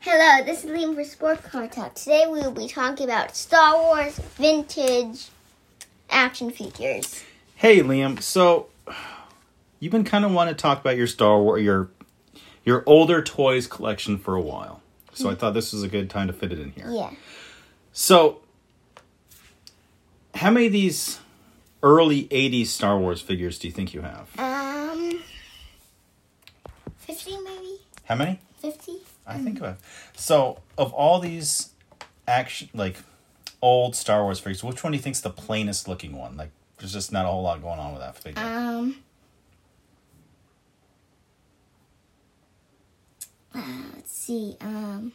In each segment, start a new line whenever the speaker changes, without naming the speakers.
Hello, this is Liam for Scorecard Talk. Today we will be talking about Star Wars vintage action figures.
Hey Liam, so you've been kind of wanting to talk about your Star Wars, your your older toys collection for a while. So I thought this was a good time to fit it in here.
Yeah.
So how many of these early 80s Star Wars figures do you think you have?
Um, 50 maybe?
How many?
50?
I think about. So, of all these action like old Star Wars figures, which one do you think's the plainest looking one? Like there's just not a whole lot going on with that figure.
Um, uh, let's see. Um,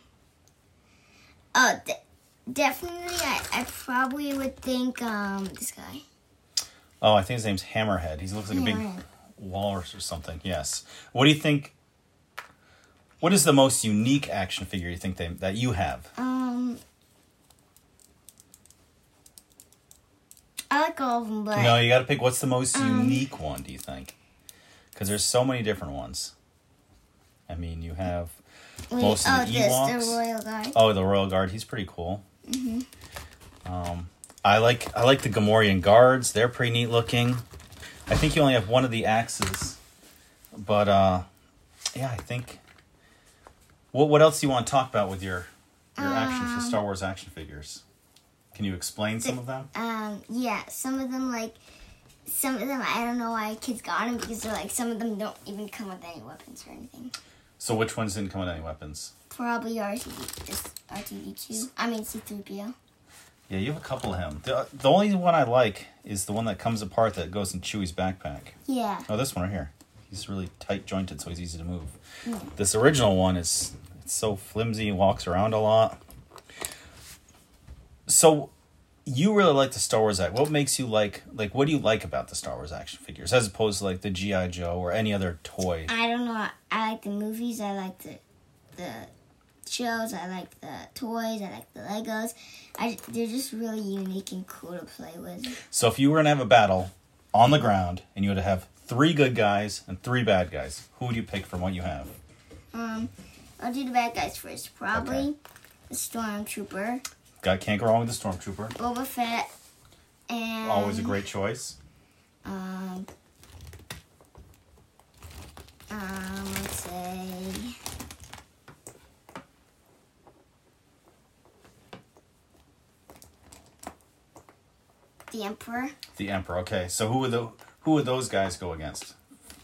oh, de- definitely, I, I probably would think um, this guy.
oh, I think his name's Hammerhead. He looks like a big
Hammerhead.
walrus or something. Yes. What do you think what is the most unique action figure you think they that you have?
Um, I like all of them, but
no, you got to pick what's the most unique one, do you think? Cuz there's so many different ones. I mean, you have
wait,
most
oh,
of the
this
Ewoks.
the royal guard.
Oh, the Royal Guard. He's pretty cool. Um, I like I like the Gamorrean guards. They're pretty neat looking. I think you only have one of the axes, but uh, yeah, I think. What What else do you want to talk about with your your action for Star Wars action figures? Can you explain some of them?
Um, yeah, some of them like. Some of them, I don't know why kids got them because they're like some of them don't even come with any weapons or anything.
So which ones didn't come with any weapons?
Probably R2D, just R2D2. I mean C3PO.
Yeah, you have a couple of him. The, the only one I like is the one that comes apart that goes in Chewie's backpack.
Yeah.
Oh, this one right here. He's really tight jointed, so he's easy to move. This original one is it's so flimsy, walks around a lot. So, you really like the Star Wars act. What makes you like like what do you like about the Star Wars action figures as opposed to like the GI Joe or any other toy?
I don't know. I like the movies. I like the the shows. I like the toys. I like the Legos. I, they're just really unique and cool to play with.
So, if you were gonna have a battle on the ground and you had to have three good guys and three bad guys, who would you pick from what you have?
Um, I'll do the bad guys first. Probably the Stormtrooper,
Guy can't go wrong with the stormtrooper.
Boba Fett, and
Always a great choice.
Um, um, let's say. The Emperor,
The Emperor. Okay, so who would the who would those guys go against?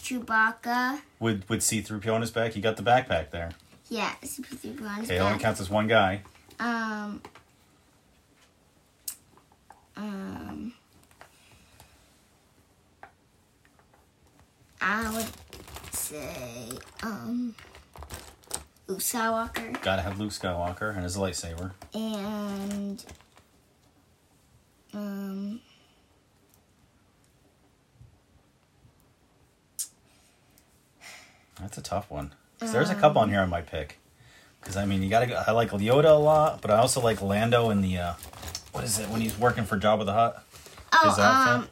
Chewbacca,
With with C three PO on his back, he got the backpack there.
yeah, CP3 on his
Okay, it only
back.
counts as one guy.
Um, um, I would say, um, Luke Skywalker
Got to have Luke Skywalker and his lightsaber.
and, um,
That's a tough one. 'Cause there's a
Um.
couple on here I might pick. Because I mean, you gotta. Go, I like Yoda a lot, but I also like Lando in the. Uh, what is it when he's working for Jabba the Hutt?
oh,
His outfit.
um,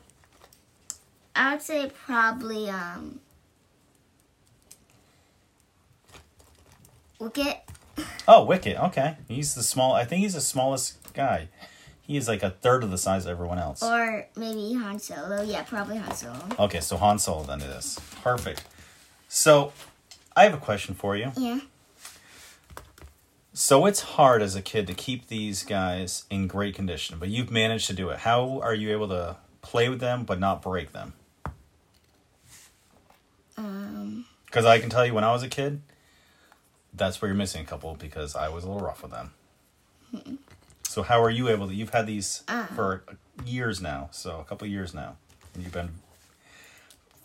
I would say probably, um, Wicket.
Oh, Wicket. Okay, he's the small. I think he's the smallest guy. He is like a third of the size of everyone else.
Or maybe Han Solo. Yeah, probably Han Solo.
Okay, so Han Solo then it is. Perfect. So, I have a question for you.
Yeah.
So it's hard as a kid to keep these guys in great condition, but you've managed to do it. How are you able to play with them but not break them?
Um.
Because I can tell you when I was a kid, that's where you're missing a couple because I was a little rough with them. So how are you able to? You've had these
Uh.
for years now, so a couple years now, and you've been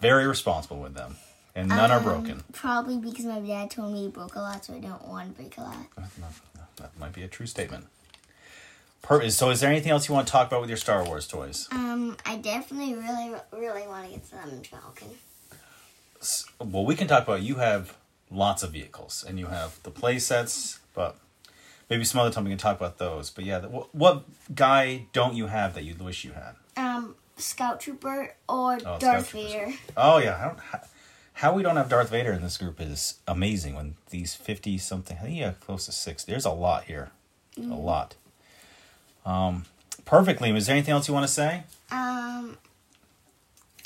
very responsible with them, and none
Um,
are broken.
Probably because my dad told me he broke a lot, so I don't want to break a lot.
That might be a true statement. Per- so is there anything else you want to talk about with your Star Wars toys?
Um, I definitely really, really want to get the Lemon Falcon.
s- well, we can talk about you have lots of vehicles and you have the play sets, but maybe some other time we can talk about those. But yeah, the, what, what guy don't you have that you wish you had?
Um, Scout Trooper or
Oh, Scout
Darth
Troopers.
Vader.
Oh yeah, I don't. Ha- How we don't have Darth Vader in this group is amazing. When these fifty something, I think yeah, close to six. There's a lot here,
Mm-hmm.
a lot. Um, perfect, Liam. Is there anything else you want to say?
Um,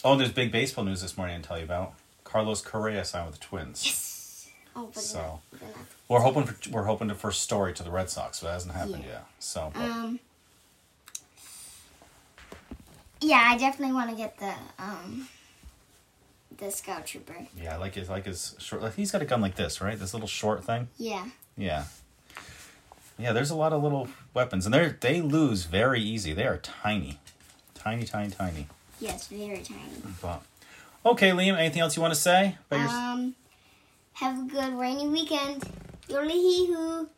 Oh, there's big baseball news this morning. I tell you about Carlos Correa signed with the Twins.
oh, but
So.
we're gonna have
We're hoping for we're hoping to first story to the Red Sox, but that hasn't happened
Yeah.
yet. So but-
Um. Yeah, I definitely want to get the um. The scout trooper.
yeah, I like his like his short. Like, he's got a gun like this, right? This little short thing.
Yeah.
Yeah. Yeah, there's a lot of little weapons, and they are they lose very easy. They are tiny, tiny, tiny, tiny.
Yes, very tiny.
But okay, Liam, anything else you want to say? about your-
Um. Have a good rainy weekend. Yodely hee hoo.